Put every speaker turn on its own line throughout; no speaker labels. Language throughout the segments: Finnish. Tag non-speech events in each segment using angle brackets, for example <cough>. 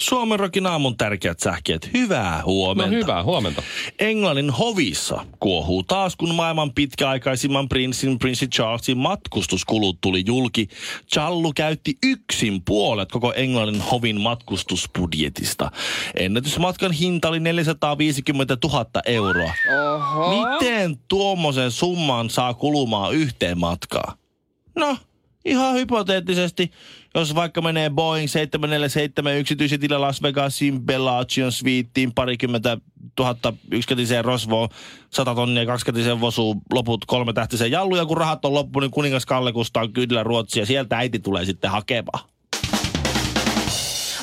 Suomen rokin aamun tärkeät sähkeet. Hyvää huomenta.
No hyvää huomenta.
Englannin hovissa kuohuu taas, kun maailman pitkäaikaisimman prinssin, prinssi Charlesin matkustuskulut tuli julki. Challu käytti yksin puolet koko Englannin hovin matkustusbudjetista. Ennätysmatkan hinta oli 450 000 euroa. Oho. Miten tuommoisen summan saa kulumaan yhteen matkaan? No, ihan hypoteettisesti, jos vaikka menee Boeing 747 yksityisjetillä Las Vegasiin, Bellagioon, Sweetiin, parikymmentä tuhatta yksikätiseen Rosvoon, sata tonnia kaksikätiseen Vosuun, loput kolme tähtiseen jalluja, kun rahat on loppu, niin kuningas Kalle kustaa kyydillä Ruotsia, sieltä äiti tulee sitten hakemaan.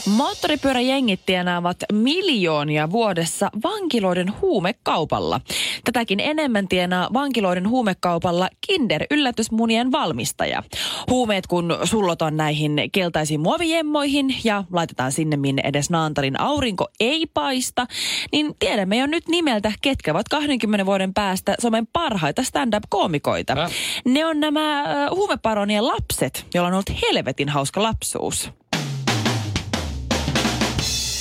Moottoripyöräjengit tienaavat miljoonia vuodessa vankiloiden huumekaupalla. Tätäkin enemmän tienaa vankiloiden huumekaupalla Kinder-yllätysmunien valmistaja. Huumeet kun sullotaan näihin keltaisiin muovijemmoihin ja laitetaan sinne, minne edes Naantalin aurinko ei paista, niin tiedämme jo nyt nimeltä, ketkä ovat 20 vuoden päästä Suomen parhaita stand-up-koomikoita.
Äh.
Ne on nämä ö, huumeparonien lapset, joilla on ollut helvetin hauska lapsuus.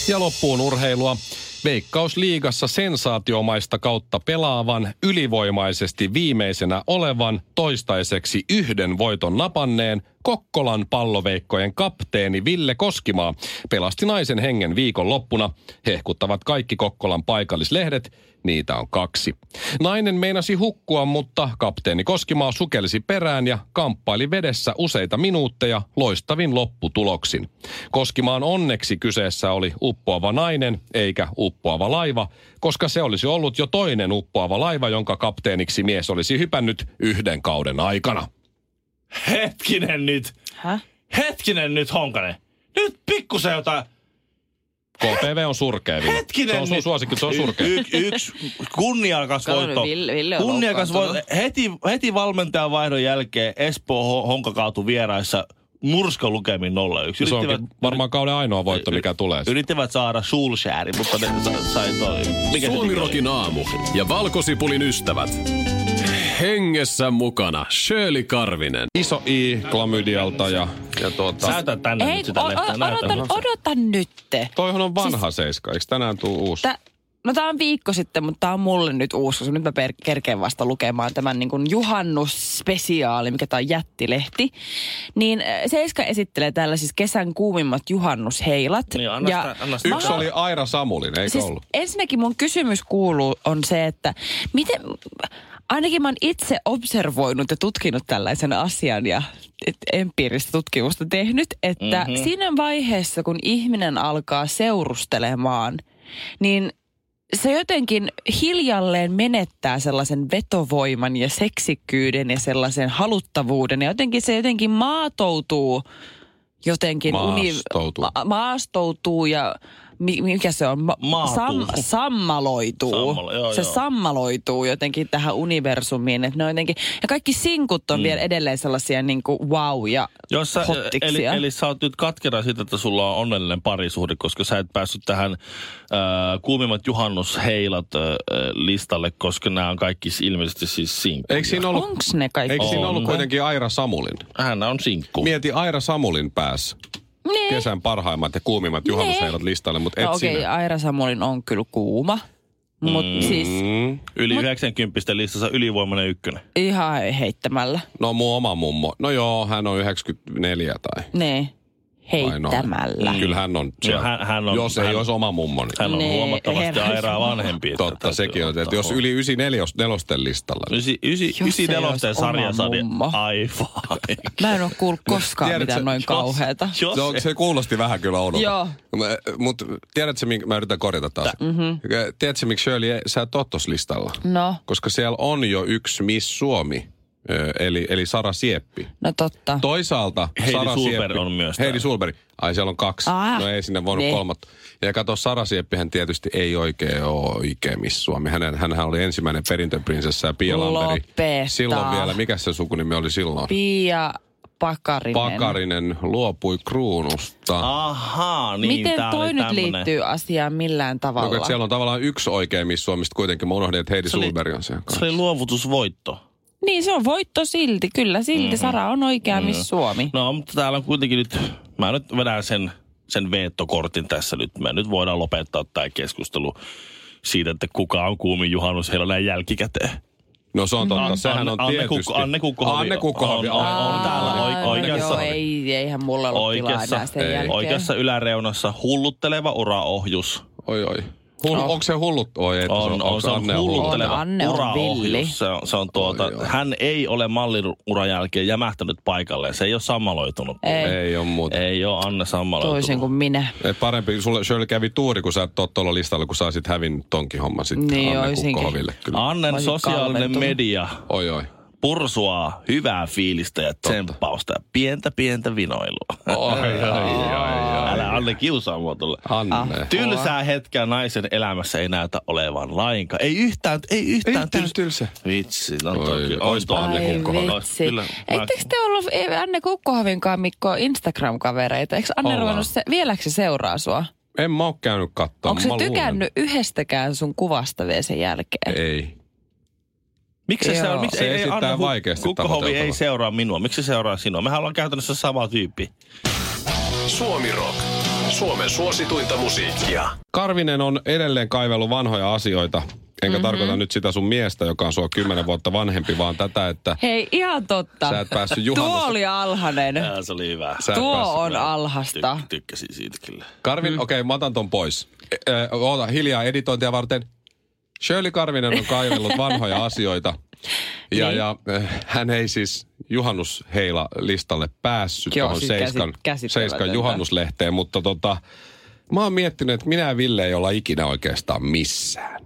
Ja loppuun urheilua. Veikkausliigassa sensaatiomaista kautta pelaavan, ylivoimaisesti viimeisenä olevan, toistaiseksi yhden voiton napanneen, Kokkolan palloveikkojen kapteeni Ville Koskimaa pelasti naisen hengen viikonloppuna. Hehkuttavat kaikki Kokkolan paikallislehdet, niitä on kaksi. Nainen meinasi hukkua, mutta kapteeni Koskimaa sukelsi perään ja kamppaili vedessä useita minuutteja loistavin lopputuloksin. Koskimaan onneksi kyseessä oli uppoava nainen eikä uppoava laiva, koska se olisi ollut jo toinen uppoava laiva, jonka kapteeniksi mies olisi hypännyt yhden kauden aikana.
Hetkinen nyt,
Häh?
hetkinen nyt Honkanen. Nyt pikkusen jotain,
KPV on surkea. Ville.
Hetkinen niin
Se on sun
nyt.
suosikki, se on surkea.
Y- y- yksi kunniakas
Kato,
voitto.
Ville- Ville on
kunniakas voitto.
loukkaantunut.
Heti, heti valmentajan vaihdon jälkeen Espoo Ho- Honka kaatui vieraissa murska lukemin 0-1.
se onkin varmaan kauden ainoa voitto, mikä tulee.
Yrittivät saada Sulshääri, mutta ne sa- sai toi. Mikä se nimi oli?
Suomirokin aamu ja valkosipulin ystävät. Hengessä mukana Shirley Karvinen.
Iso I klamydialta ja, ja tuota...
Näytä tänne
Ei,
nyt sitä
o- o-
lehteä. Näytä.
odotan, odotan nytte.
Toihan on vanha seiska, eikö tänään tuu uusi?
Tä, no Siis- tää on viikko sitten, mutta tää on mulle nyt uusi, koska nyt mä per- kerkeen vasta lukemaan tämän niin kuin juhannusspesiaali, mikä tää on jättilehti. Niin äh, Seiska esittelee täällä siis kesän kuumimmat juhannusheilat.
Niin, anna sitä- anna sitä.
Yksi oli Aira Samulin, eikö
siis
ollut?
ensinnäkin mun kysymys kuuluu on se, että miten, ainakin mä oon itse observoinut ja tutkinut tällaisen asian ja et, empiiristä tutkimusta tehnyt, että
Mhm.
mm-hmm. siinä vaiheessa, kun ihminen alkaa seurustelemaan, niin se jotenkin hiljalleen menettää sellaisen vetovoiman ja seksikkyyden ja sellaisen haluttavuuden. Ja jotenkin se jotenkin maatoutuu jotenkin.
Maastoutuu.
ma- maastoutuu ja mi- mikä se on? Ma-
Maatuu.
sammaloituu.
Sammalo- joo,
se
joo.
sammaloituu jotenkin tähän universumiin. Että ne on jotenkin, ja kaikki sinkut on mm. vielä edelleen sellaisia niin kuin wow ja
Jos sä, eli,
hottiksia.
eli sä oot nyt katkera siitä, että sulla on onnellinen parisuhde, koska sä et päässyt tähän äh, kuumimmat juhannusheilat äh, listalle, koska nämä on kaikki ilmeisesti siis sinkkuja.
Eikö siinä ollut,
Onks ne kaikki?
eikö siinä ollut
On.
kuitenkin Aira Samulin?
Hän on sinkku.
Mieti Aira Samulin päässä.
Niin.
Kesän parhaimmat ja kuumimmat juhannusheilat listalle, mutta et
No okei, okay,
sinä.
Aira Samulin on kyllä kuuma. Mutta mm. siis
Mm.
Yli 90 listassa ylivoimainen ykkönen.
ihan heittämällä.
No mun oma mummo. No joo, hän on 94 tai...
Niin.
vai noin.
Heittämällä.
Mm.
Kyllä hän on.
Joo, No, hän- hän on-
jos
hän-
ei olisi oma mummo, niin...
Hän on
Nee,
huomattavasti
herra
airaa vanhempi. että
Totta,
täytyy
sekin on.
ottaa
Että jos
huomioon.
yli 94 nelosten listalla. niin-
Ysi, ysi,
Jos
ysi
ei
nelosten
olisi
sarja
oma
sadi.
mummo.
Ai fuck.
Mä en oo kuullut koskaan
tiedätkö,
mitään noin
jos-
<laughs> kauheeta.
Jos,
Se, on, se kuulosti vähän kyllä
Joo. Mhm.
oudolta. Mutta tiedätkö, minkä, mä yritän korjata taas. Mm-hmm. Tiedätkö, miksi Shirley, ei- sä et ole tossa listalla?
No,
Koska siellä on jo yksi Miss Suomi, ö, eli, eli Sara Sieppi.
no totta.
Toisaalta
Heidi
Sara
Sulberg
Sieppi,
on myös
Heidi
täällä.
Sulberg. Ai siellä on kaksi.
Ah.
no ei sinne voinut
Ne.
kolmatta. Ja kato, Sara Sieppihän tietysti ei oikein ole oikein Miss Suomi. Hänen, hänhän oli ensimmäinen perintöprinsessa ja Pia Lamperi.
Lopeta.
Silloin vielä, mikä se sukunimi oli silloin?
Pia Pakarinen.
Pakarinen luopui kruunusta.
Ahaa, niin
Miten
tää
toi
oli
nyt
tämmönen.
liittyy asiaan millään
No, kun
tavalla?
et siellä on tavallaan yksi oikea Miss Suomista kuitenkin. Mä unohdin, että Heidi
Se oli-
Sulberg on siellä
Se
kanssa.
oli luovutusvoitto.
Niin se on voitto silti, kyllä silti. Mm-hmm. Sara on oikea mm-hmm. Miss Suomi.
No, mutta täällä on kuitenkin nyt, mä nyt vedän sen, sen veettokortin tässä nyt. Me nyt voidaan lopettaa tämä keskustelu siitä, että kuka on kuumin juhannus heillä näin jälkikäteen.
No se on totta,
Anne-
sehän on
Anne
tietysti.
Kukko- Anne Kukkohovi
Anne Kukkohovi.
on- on-
Anne
on täällä
Aa,
oi- niin, oikeassa.
Joo, ei, eihän mulla ollut tilaa
Oikeassa,
enää sen
ei.
jälkeen.
oikeassa yläreunassa hullutteleva uraohjus.
Oi, oi. Hull,
No.
Onko se hullut? Oi, ei,
On, on,
onko
se on
Anne hullu?
hullutteleva
On, Anne on villi.
uraohjus. Se on, se on tuota,
Oi, oi.
hän ei ole mallinuran jälkeen jämähtänyt paikalleen. Se ei ole sammaloitunut.
Ei.
Ei ole muuta.
Ei ole Anne sammaloitunut.
Toisin kuin minä.
Et parempi, sulle Shirley kävi tuuri, kun sä et oo tuolla listalla, kun sä olisit hävinnyt tonkin homman sitten
Niin
Anne
oisinkin.
Kukkohoville. Kyllä.
Annen
Olisin
sosiaalinen
kalventunut.
media
Oi, oi.
pursuaa hyvää fiilistä ja tsemppausta ja pientä pientä vinoilua.
Oi, oi, oi,
Ah.
oi.
Älä Anne kiusaa mua tuolle.
Anne.
Tylsää hetkeä naisen elämässä ei näytä olevan lainkaan. Ei yhtään, ei
Ei
yhtään,
yhtään tylsä.
Vitsi, no
Oi,
toi kyllä- on
oispa
toi-
Anne
Ai
Kukkohovi.
Ois-
vitsi.
Kyllä, mä-
Eikö te ollut ei, Anne Kukkohovinkaan Mikko Instagram-kavereita? Eikö Anne
Ollaan.
ruvennut se, vieläkö se seuraa sua?
En mä oo käynyt kattoon.
Onko se
mä luulen.
tykännyt yhdestäkään sun kuvasta vielä sen jälkeen?
Ei.
Miksi se
Joo.
on? Miksi
Se
ei, ei
esittää
Anne
vaikeasti
Kukkohovi ei
tavoiteltavaa.
seuraa minua. Miksi se seuraa sinua? Mehän ollaan käytännössä sama tyyppi.
Suomi Rock. Suomen suosituinta musiikkia.
Karvinen on edelleen kaivellut vanhoja asioita. Enkä mm-hmm. tarkoita nyt sitä sun miestä, joka on sua kymmenen vuotta vanhempi, vaan tätä, että
Hei, ihan totta.
Sä et päässyt
Tuo
juhannusta-
oli alhainen.
Tää se oli hyvä.
Sä et päässyt-
Tuo on alhasta.
Tyk- tykkäsin siitä kyllä.
Karvin, mm. okei, okay, mä otan ton pois. E- ö, oota, hiljaa editointia varten. Shirley Karvinen on kaivellut vanhoja asioita. Ja,
Niin.
ja eh, hän ei siis juhannusheila listalle päässyt
Joo,
tuohon
siis
Seiskan,
käsit- käsittämätöntä.
Seiskan juhannuslehteen, mutta tota, mä oon miettinyt, että minä ja Ville ei olla ikinä oikeastaan missään.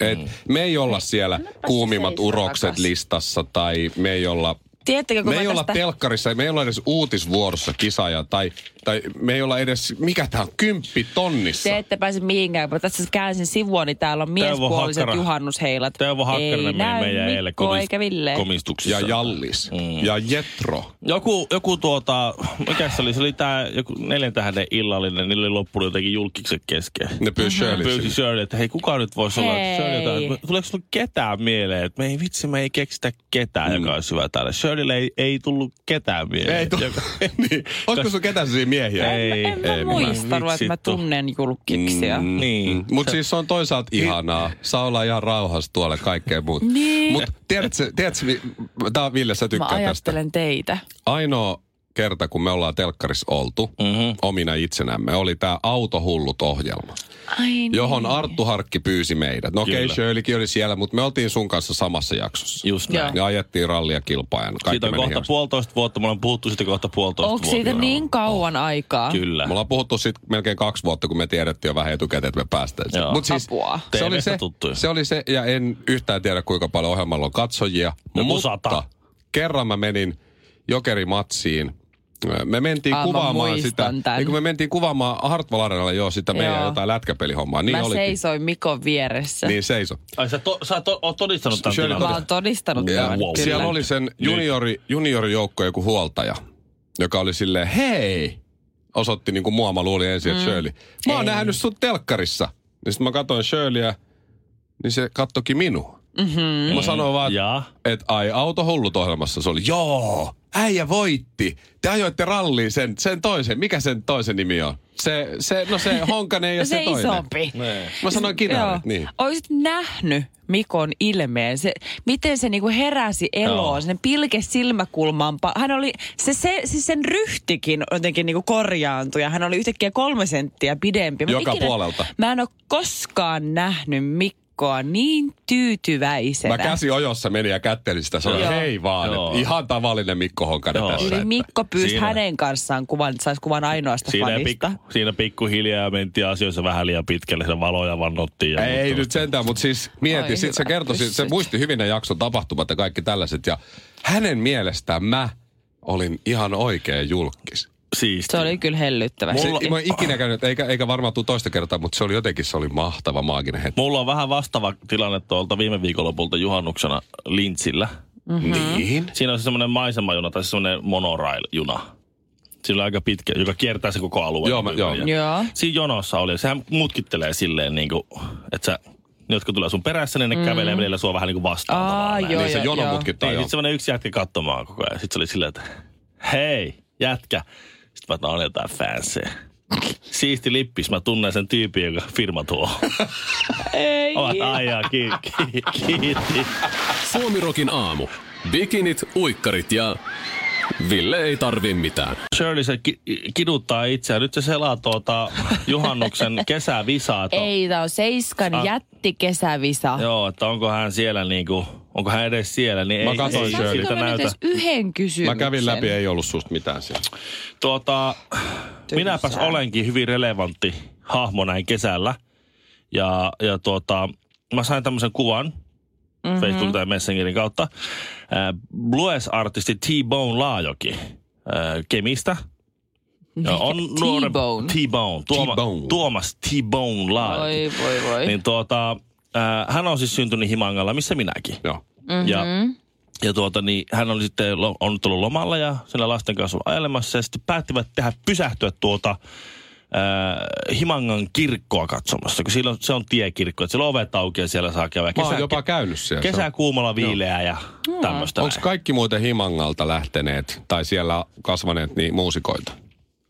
Et
Niin.
me ei olla siellä kuumimmat
seisoo
urokset
takas.
listassa tai me ei olla
Tiedättekö, kun
me ei
mä
olla
tästä...
telkkarissa, me ei olla edes uutisvuorossa kisaja, tai, tai me ei olla edes, mikä tää on, kymppi tonnissa.
Te ette pääse mihinkään, kun tässä käänsin sivua, niin täällä on miespuoliset
Hakkara-
juhannusheilat.
Teuvo
ei
Hakkarinen meni
näy
meidän eilen
Mikko eikä Ville.
komis- komistuksessa.
Ja Jallis. Mm. Ja Jetro.
Joku, joku tuota, mikä se oli? Se oli tää joku neljän tähden illallinen, niillä oli loppunut jotenkin julkikset kesken.
Ne pyysi Shirley
Pyysi
sinne.
Shirley, että hei, kuka nyt voisi olla?
Hei.
Shirley, jotain, tuleeko sinulle ketään mieleen? Että me ei vitsi, me ei keksitä ketään, mm. joka olisi hyvä täällä. Shirleylle ei, ei tullut ketään mieleen.
<laughs> Ei tullut. <laughs> niin. Olisiko sun ketään siinä miehiä?
Ei,
En mä
ei,
muistanut, että mä
vitsi, tu-
tunnen julkiksia. Mm.
Niin.
Mutta siis se on toisaalta ihanaa. Saa olla ihan rauhassa tuolla kaikkea muuta.
Niin.
Mutta tiedätkö, tiedätkö, tää on Ville, sä
Mä
tykkää tästä.
ajattelen teitä.
Ainoa kerta, kun me ollaan telkkarissa oltu
Mhm.
omina itsenämme, oli tämä Autohullut-ohjelma.
Ai niin.
johon Arttu Harkki pyysi meidät. No okei,
Kyllä.
okay, Shirleykin oli siellä, mutta me oltiin sun kanssa samassa jaksossa.
Just näin.
Ja ajettiin rallia kilpaajan. Kaikki
Siitä on
meni
kohta
hienosti.
puolitoista vuotta, me ollaan puhuttu siitä kohta puolitoista
Onko
vuotta.
siitä niin kauan aikaa?
Kyllä.
Me ollaan puhuttu sit melkein kaksi vuotta, kun me tiedettiin jo vähän etukäteen, että me päästään siihen.
Joo.
Mut siis,
Apua.
se, oli
TV:stä
se,
tuttuja.
se oli se, ja en yhtään tiedä kuinka paljon ohjelmalla on katsojia.
Joku
mutta
sata.
kerran mä menin jokerimatsiin. Me mentiin
Aa, Ah, mä
kuvaamaan
muistan
sitä.
tän.
Niin kun me mentiin kuvaamaan Hartwall Areenalla jo sitä meidän
Joo.
jotain lätkäpelihommaa. Niin
Mä
olikin.
seisoin Mikon vieressä.
Niin seiso.
Ai sä, to, sä to, oot todistanut tämän
Shirley
Mä
tilanteen.
oon todistanut
Ja
tämän.
wow.
kyllä. Niin.
siellä oli sen juniori, juniorijoukko joku huoltaja, joka oli silleen, hei, osoitti niin kuin mua, mä luulin ensin, että
Mm.
Shirley. Mä oon nähnyt sut telkkarissa. Niin sitten mä katsoin Shirleyä, niin se kattoki minua. Mm-hmm. Mä sanoin vaan,
Mm. Jaa.
että ai autohullut ohjelmassa se oli, joo, äijä voitti. Te ajoitte ralliin sen, sen toisen, mikä sen toisen nimi on? Se, se, no se Honkanen ja
<laughs> No
se,
se
toinen.
isompi.
Mä sanoin kinarit, niin.
Oisit nähnyt Mikon ilmeen, se, miten se niinku heräsi
Joo.
eloon, sen pilke silmäkulmaan. pa- Hän oli, se, se, siis sen ryhtikin jotenkin niinku korjaantui ja hän oli yhtäkkiä kolme senttiä pidempi. Mä
Joka puolelta.
Mä en ole koskaan nähnyt Mikkoa niin tyytyväisenä.
Mä käsi ojossa meni ja kättelin sitä. Sanoin,
Joo.
hei vaan,
Joo.
että ihan tavallinen Mikko Honkanen
Joo.
tässä.
Eli Mikko pyysi
Siinä.
Siinä. hänen kanssaan kuvan, että saisi kuvan ainoasta
Siinä,
fanista.
pikku, siinä pikkuhiljaa mentiin asioissa vähän liian pitkälle, sen valoja vannottiin. Ja
Ei
muuta.
nyt sentään, mutta siis
Oi
mieti, sit se
hyvä
kertoi, sit se
pyssyt.
muisti hyvin ne jakson tapahtumat ja kaikki tällaiset. Ja hänen mielestään mä olin ihan oikea julkis.
Siistiä.
Se oli kyllä hellyttävä.
Se,
Mulla-
mä oon ikinä käynyt, eikä, eikä varmaan tule toista kertaa, mutta se oli jotenkin, se oli mahtava maaginen hetki.
Mulla on vähän vastaava tilanne tuolta viime viikonlopulta juhannuksena Lintsillä.
Mhm.
Mm-hmm. Niin.
Siinä on se semmoinen maisemajuna tai se semmoinen monorail-juna. Sillä on aika pitkä, joka kiertää se koko alueen.
Joo, mä- joo.
Ja-
Joo.
Siinä jonossa oli. Sehän mutkittelee silleen, niin kuin, että sä, ne, jotka tulee sun perässä, niin ne mm. kävelee välillä sua vähän niin kuin vastaan.
Aa,
tavallaan näin.
joo,
Niin se
joo,
jono
joo.
mutkittaa
Niin,
joo.
sitten semmoinen yksi jätkä katsomaan koko ajan. Sitten se oli silleen, että hei, jätkä. Sitten mä, että no on jotain fansia. Siisti lippis, mä tunnen sen tyypin, joka firma tuo.
<laughs> Ei.
Ovat aijaa, kiitti. kiitti.
Suomirokin aamu. Bikinit, uikkarit ja Ville ei tarvi mitään.
Shirley se ki- kiduttaa itseään. Nyt se selaa tuota
<laughs>
juhannuksen kesävisaa. että-
Ei, tää on Seiskan
Ah.
ah. jättikesävisa.
Joo, että onko hän siellä niinku, onko hän edes siellä, niin
Mä
ei,
katsoin
ei
Shirley.
siltä
Saanko mä nyt
näytä.
edes yhden kysymyksen?
Mä kävin läpi, ei ollut susta mitään siellä.
Tuota, minäpäs olenkin hyvin relevantti hahmo näin kesällä. Ja, ja tuota, mä sain tämmöisen kuvan
Mhm.
mm-hmm. Facebook tai Messengerin kautta. Äh, Blues-artisti T-Bone Laajoki äh, Kemistä. Ja
<laughs>
on nuorempi-
T-Bone?
T-Bone. Tuoma,
T-Bone.
Tuomas T-Bone Laajoki.
Oi, voi, voi.
Niin tuota, äh, hän on siis syntynyt Himangalla, missä minäkin.
Joo.
Mm-hmm. Ja, ja tuota, niin hän oli sitten lo- on nyt ollut lomalla ja siellä lasten kanssa ollut ajelemassa. Ja sitten päättivät tehdä pysähtyä tuota äh, Himangan kirkkoa katsomassa, kun siellä on, se on tiekirkko. Että siellä ovet auki ja siellä saa käydä.
Mä oon jopa käynyt siellä.
kesä kuumalla viileä ja tämmöistä.
Onko kaikki muuten Himangalta lähteneet tai siellä kasvaneet niin muusikoita?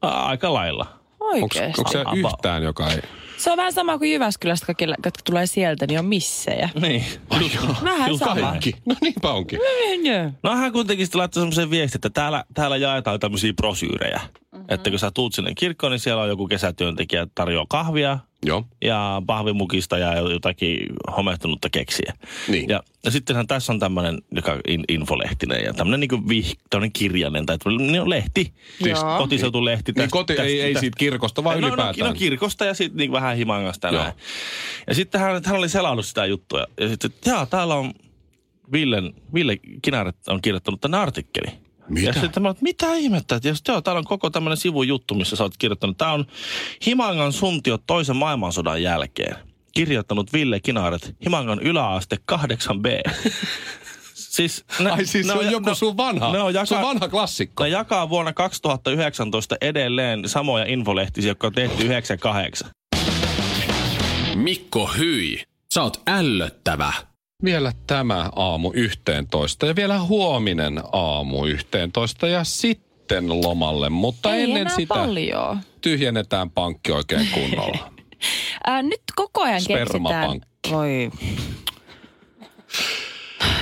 Aika lailla.
Oikeesti.
Onko se
About.
yhtään, joka ei...
Se on vähän sama kuin Jyväskylästä, kaikki, jotka tulee sieltä, niin on missejä.
Niin.
Vähän
Just
sama.
näin.
No niinpä onkin.
No hän kuitenkin sitten laittoi semmoisen viestin, että täällä, täällä jaetaan tämmöisiä prosyyrejä. Mm-hmm. Että kun sä tuut sinne kirkkoon, niin siellä on joku kesätyöntekijä, tarjoaa kahvia
Joo. Niin
ja pahvimukista ja jotakin homehtunutta keksiä.
Niin.
Ja, ja sittenhän tässä on tämmöinen, joka in, infolehtinen ja tämmöinen niin vih, tämmönen kirjainen tai tämmönen, niin lehti.
Siis Joo.
Kotiseutulehti.
Niin koti, ei, ei siitä kirkosta, vaan
no,
ylipäätään.
No, no kirkosta ja sitten niin vähän himangasta ja
Joo.
näin. Ja sitten hän, hän oli selannut sitä juttua. Ja, ja sitten, että jaa, täällä on Villen, Ville Kinaret on kirjoittanut tämän artikkelin.
Mitä?
Ja sitten mä oon, että mitä ihmettä, että jos, joo, täällä on koko tämmöinen sivujuttu, missä sä oot kirjoittanut. Tää on Himangan suntio toisen maailmansodan jälkeen. Kirjoittanut Ville Kinaret, Himangan yläaste
<laughs>
8b. siis, ne,
Ai siis
ne
se on
ja- no,
joku sun vanha,
ne on jaka-
sun vanha klassikko.
Ne jakaa vuonna 2019 edelleen samoja infolehtisiä, jotka on tehty 98.
Mikko Hyi, sä oot ällöttävä.
Vielä tämä aamu 11 ja vielä huominen aamu 11 ja sitten lomalle, mutta
Ei
ennen
enää
sitä
paljon.
tyhjennetään pankki oikein
<laughs>
kunnolla.
Ää, nyt koko ajan keksitään...
Spermapankki.
Voi.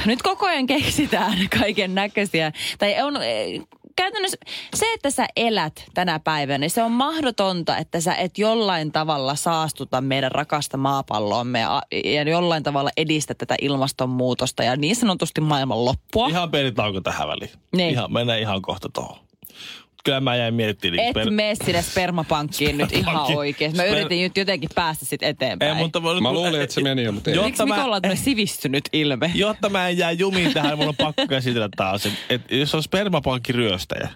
Nyt koko ajan keksitään <laughs> kaiken näköisiä. Tai on, eh, käytännössä se, että sä elät tänä päivänä, niin se on mahdotonta, että sä et jollain tavalla saastuta meidän rakasta maapalloamme ja, ja jollain tavalla edistä tätä ilmastonmuutosta ja niin sanotusti maailman loppua.
Ihan pelitauko tähän väliin.
Niin.
Ihan, mennään ihan kohta tuohon. Kyllä mä jäin miettimään. niin
Et
per-
mene sinne spermapankkiin nyt ihan
Spermapankki.
oikein. Mä
Sper-
yritin nyt jotenkin päästä sit eteenpäin.
Ei, mutta nyt
Mä
kun-
luulin, että se meni jo, mutta ei.
Joo.
Miksi
Jotta mä-
Mikolla on tämmönen sivistynyt ilme?
Jotta mä en jää jumiin tähän, mulla on pakko käsitellä tämä asia. Et jos on spermapankkiryöstäjä,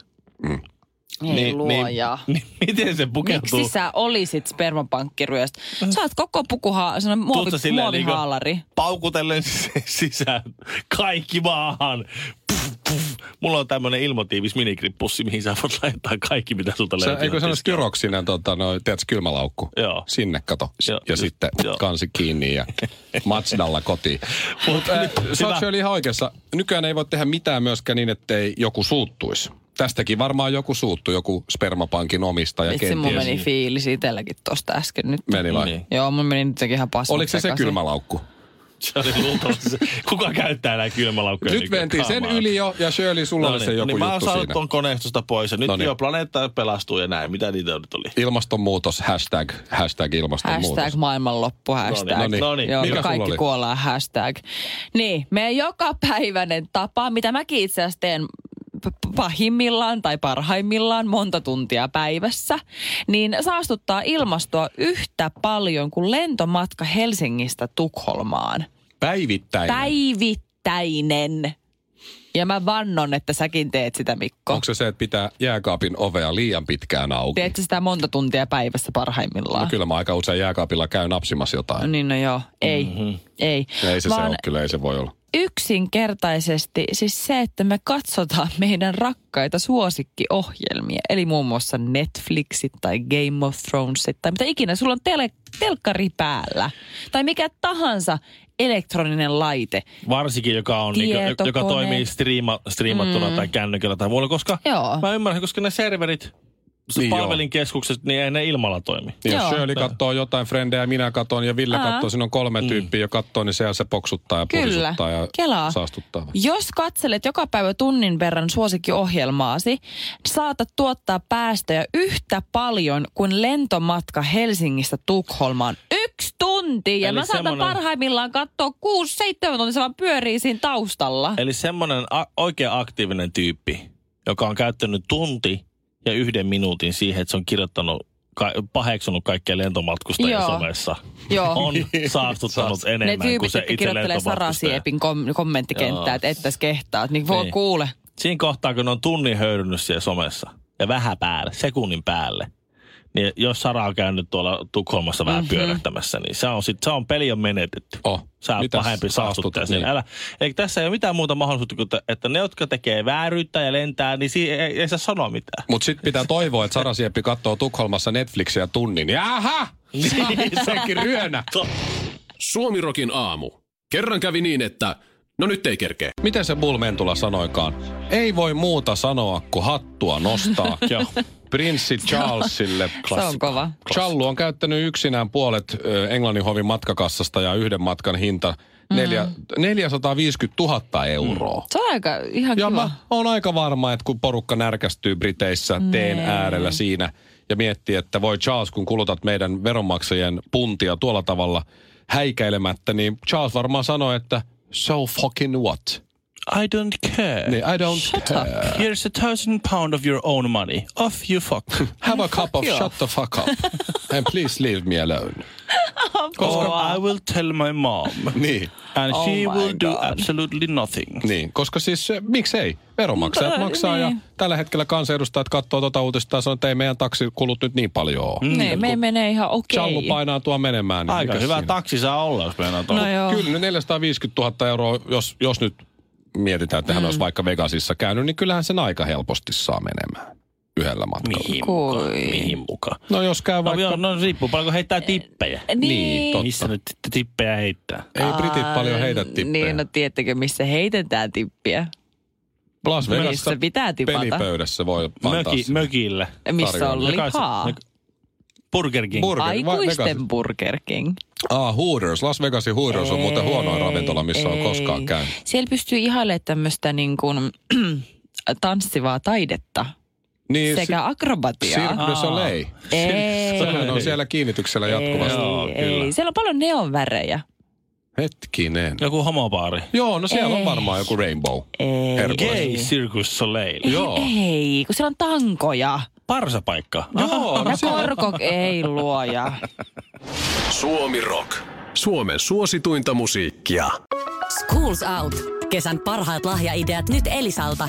Ei
niin,
luoja.
niin, niin, miten se pukeutuu?
Miksi sä olisit spermapankkiryöstä? Sä oot koko pukuha, sellainen muovi,
Tuutko Äh. silleen
muovihaalari.
niinku paukutellen <laughs> sis- sisään kaikki maahan. Puff, puff. Mulla on tämmönen ilmotiivis minikripussi, mihin sä voit laittaa kaikki, mitä sulta
Se,
löytyy.
eikö se ole styroksinen, tota, no, tiedätkö, kylmälaukku?
Joo.
Sinne kato. S-
Joo,
ja
just-
sitten
joo.
kansi
<laughs>
kiinni ja Matsdalla kotiin.
Mut,
Äh,
nyt-
Sä oot
hyvä.
Shirley ihan oikeassa. Nykyään ei voi tehdä mitään myöskään niin, ettei joku suuttuisi. Tästäkin varmaan joku suuttu, joku spermapankin omistaja
Vitsi, mun
kenties.
meni fiilis itselläkin tosta äsken nyt.
Meni vai?
Niin.
Joo, mun meni nyt sekin ihan pasmat
Oliko se se
sekaisin.
kylmälaukku?
Se oli luultavasti se. Kuka käyttää näitä kylmälaukkuja?
Nyt
nykyään?
mentiin sen
Come on.
yli jo ja Shirley, sulla oli
niin,
se joku
niin mä oon
juttu
saanut
siinä. No niin.
ton koneistosta pois ja nyt
Noniin.
jo planeetta pelastuu ja näin. Mitä niitä nyt oli?
Ilmastonmuutos, hashtag, hashtag ilmastonmuutos.
Hashtag maailmanloppu, hashtag.
No niin, no niin.
Joo,
Mikä
Mikä
sulla
kaikki
oli?
kuollaan, hashtag. Niin, meidän jokapäiväinen tapa, mitä mäkin itse asiassa teen p- pahimmillaan tai parhaimmillaan monta tuntia päivässä, niin saastuttaa ilmastoa yhtä paljon kuin lentomatka Helsingistä Tukholmaan.
Päivittäin.
Päivittäinen. Ja mä vannon, että säkin teet sitä, Mikko.
Onko se se, että pitää jääkaapin ovea liian pitkään auki?
Teet sä sitä monta tuntia päivässä parhaimmillaan?
No kyllä mä aika usein jääkaapilla käyn napsimassa jotain.
Niin no joo, ei, mm-hmm. ei.
Ei se, se
Mm. Vaan
ole, kyllä ei se voi olla.
yksinkertaisesti siis se, että me katsotaan meidän rakkaita suosikkiohjelmia, eli muun muassa Netflixit tai Game of Thronesit tai mitä ikinä, sulla on tele, telkkari päällä tai mikä tahansa elektroninen laite.
Varsinkin, joka, on, niin,
Tietokone.
joka toimii striima, striimattuna mm. tai kännykällä tai muulla, koska
Joo.
mä ymmärrän, koska ne serverit,
Niin
niin
joo.
palvelinkeskukset, niin ei ne ilmalla toimi.
Niin Jos
Joo.
Shirley katsoo jotain frendejä, minä katson ja Ville
Aa.
katsoo, siinä on kolme
Mm.
tyyppiä, jo katsoo, niin se, se poksuttaa ja
Kyllä,
purisuttaa ja
kelaa.
saastuttaa.
Jos katselet joka päivä tunnin verran suosikkiohjelmaasi, saatat tuottaa päästöjä yhtä paljon kuin lentomatka Helsingistä Tukholmaan. Yksi tunti! Ja
Eli
mä saatan
semmonen-
parhaimmillaan katsoa kuusi, seitsemän tuntia, se vaan pyörii siinä taustalla.
Eli semmoinen a- oikein aktiivinen tyyppi, joka on käyttänyt tunti ja yhden minuutin siihen, että se on kirjoittanut ka- paheksunut kaikkia lentomatkustajia
Joo.
somessa.
Joo.
On saastuttanut
Ne
enemmän kuin
tyypit,
se
jotka
itse
kirjoittelee Sara
lentomatkustaja.
Siepin kom- kommenttikenttää,
Joo.
että ettäs kehtaat, niin voi
Niin.
kuule.
Siinä kohtaa, kun ne on tunnin höyrynyt siellä somessa ja vähän päälle, sekunnin päälle, niin jos Sara on käynyt tuolla Tukholmassa vähän mm-hmm. pyörähtämässä, niin se on, sit, se on peli on menetetty.
Mhm. Oh,
Sä oot
mitäs
pahempi saastuttaja
saastutut,
niin.
niin.
Älä, eli tässä ei ole mitään muuta mahdollisuutta kuin, että, että ne, jotka tekee vääryyttä ja lentää, niin si- ei, ei, se sano mitään.
Mutta sitten pitää toivoa, että Sara Sieppi katsoo Tukholmassa Netflixiä tunnin. Jaha! Sekin ryönä.
Suomirokin aamu. Kerran kävi niin, että no nyt ei kerkeä.
Miten se Bull Mentula sanoikaan? Ei voi muuta sanoa kuin hattua
<laughs>
nostaa.
Joo.
Prinssi Charlesille.
Se on kova.
Challu on käyttänyt yksinään puolet ö, Englannin hovin matkakassasta ja yhden matkan hinta neljä,
Mm.
450 000 euroa.
Se on aika ihan
Ja
kiva.
mä oon aika varma, että kun porukka närkästyy Briteissä teen äärellä siinä ja miettii, että voi Charles, kun kulutat meidän veronmaksajien puntia tuolla tavalla häikäilemättä, niin Charles varmaan sanoi, että so fucking what?
I don't care.
Niin, I don't
Shut
care.
up.
Here's a thousand pound of your own money. Off you
<laughs>
fuck.
Have a cup of
Fuck
shut the fuck up. And please leave me alone.
Koska I will tell my mom.
Niin,
And
Oh
she
my
will do
God.
absolutely nothing.
niin. koska siis eh, miksei? Veronmaksajat
Mutta,
maksaa ja
niin.
tällä hetkellä kansanedustajat katsoo tuota uutista ja sanoo, että ei meidän taksikulut nyt niin paljon ole.
Mm.
Niin, me menee ihan okei.
Challu painaa tuo menemään. niin
Aika
mikäs
hyvä
siinä?
taksi saa olla, jos meinaa tuolla.
No joo.
Kyllä nyt 450 000 euroa, jos, jos nyt mietitään, että hän
Mm.
olisi vaikka Vegasissa käynyt, niin kyllähän sen aika helposti saa menemään yhdellä matkalla.
Mihin
Kui.
mukaan? Mihin mukaan?
No jos käy
No,
vaikka...
joo, no riippuu paljonko heittää tippejä.
Niin, totta.
Missä nyt t- tippejä heittää?
Ei britit paljon heitä
Ah,
tippejä.
Niin, no tiettäkö, missä heitetään tippiä?
Las Vegasissa
Missä pitää tipata?
pelipöydässä voi antaa
Möki,
sinne.
mökille.
Missä on
Tarjolla.
lihaa?
Jokaisen- Burger King.
Burger, vai
Aikuisten
Vegas?
Burger King.
Ah, Hooters. Las Vegasin Hooters on muuten huono
Ei,
ravintola, missä on
ei.
koskaan käynyt.
Siellä pystyy ihailemaan tämmöistä niin kuin, <clears throat> tanssivaa taidetta
Niin,
sekä akrobatiaa.
Cirque du Soleil.
Ei.
Sehän on siellä kiinnityksellä jatkuvasti.
Joo,
ei,
kyllä.
ei. Siellä on paljon neonvärejä.
Hetkinen.
Joku homopaari.
Joo, no siellä on
Ei.
varmaan joku Rainbow.
Ei.
Herkullinen.
Gay Circus Soleil.
Joo.
Ei, kun siellä on tankoja.
Parsapaikka.
Joo,
Ja korko ei luoja.
Suomi Rock. Suomen suosituinta musiikkia.
Schools Out. Kesän parhaat lahjaideat nyt Elisalta.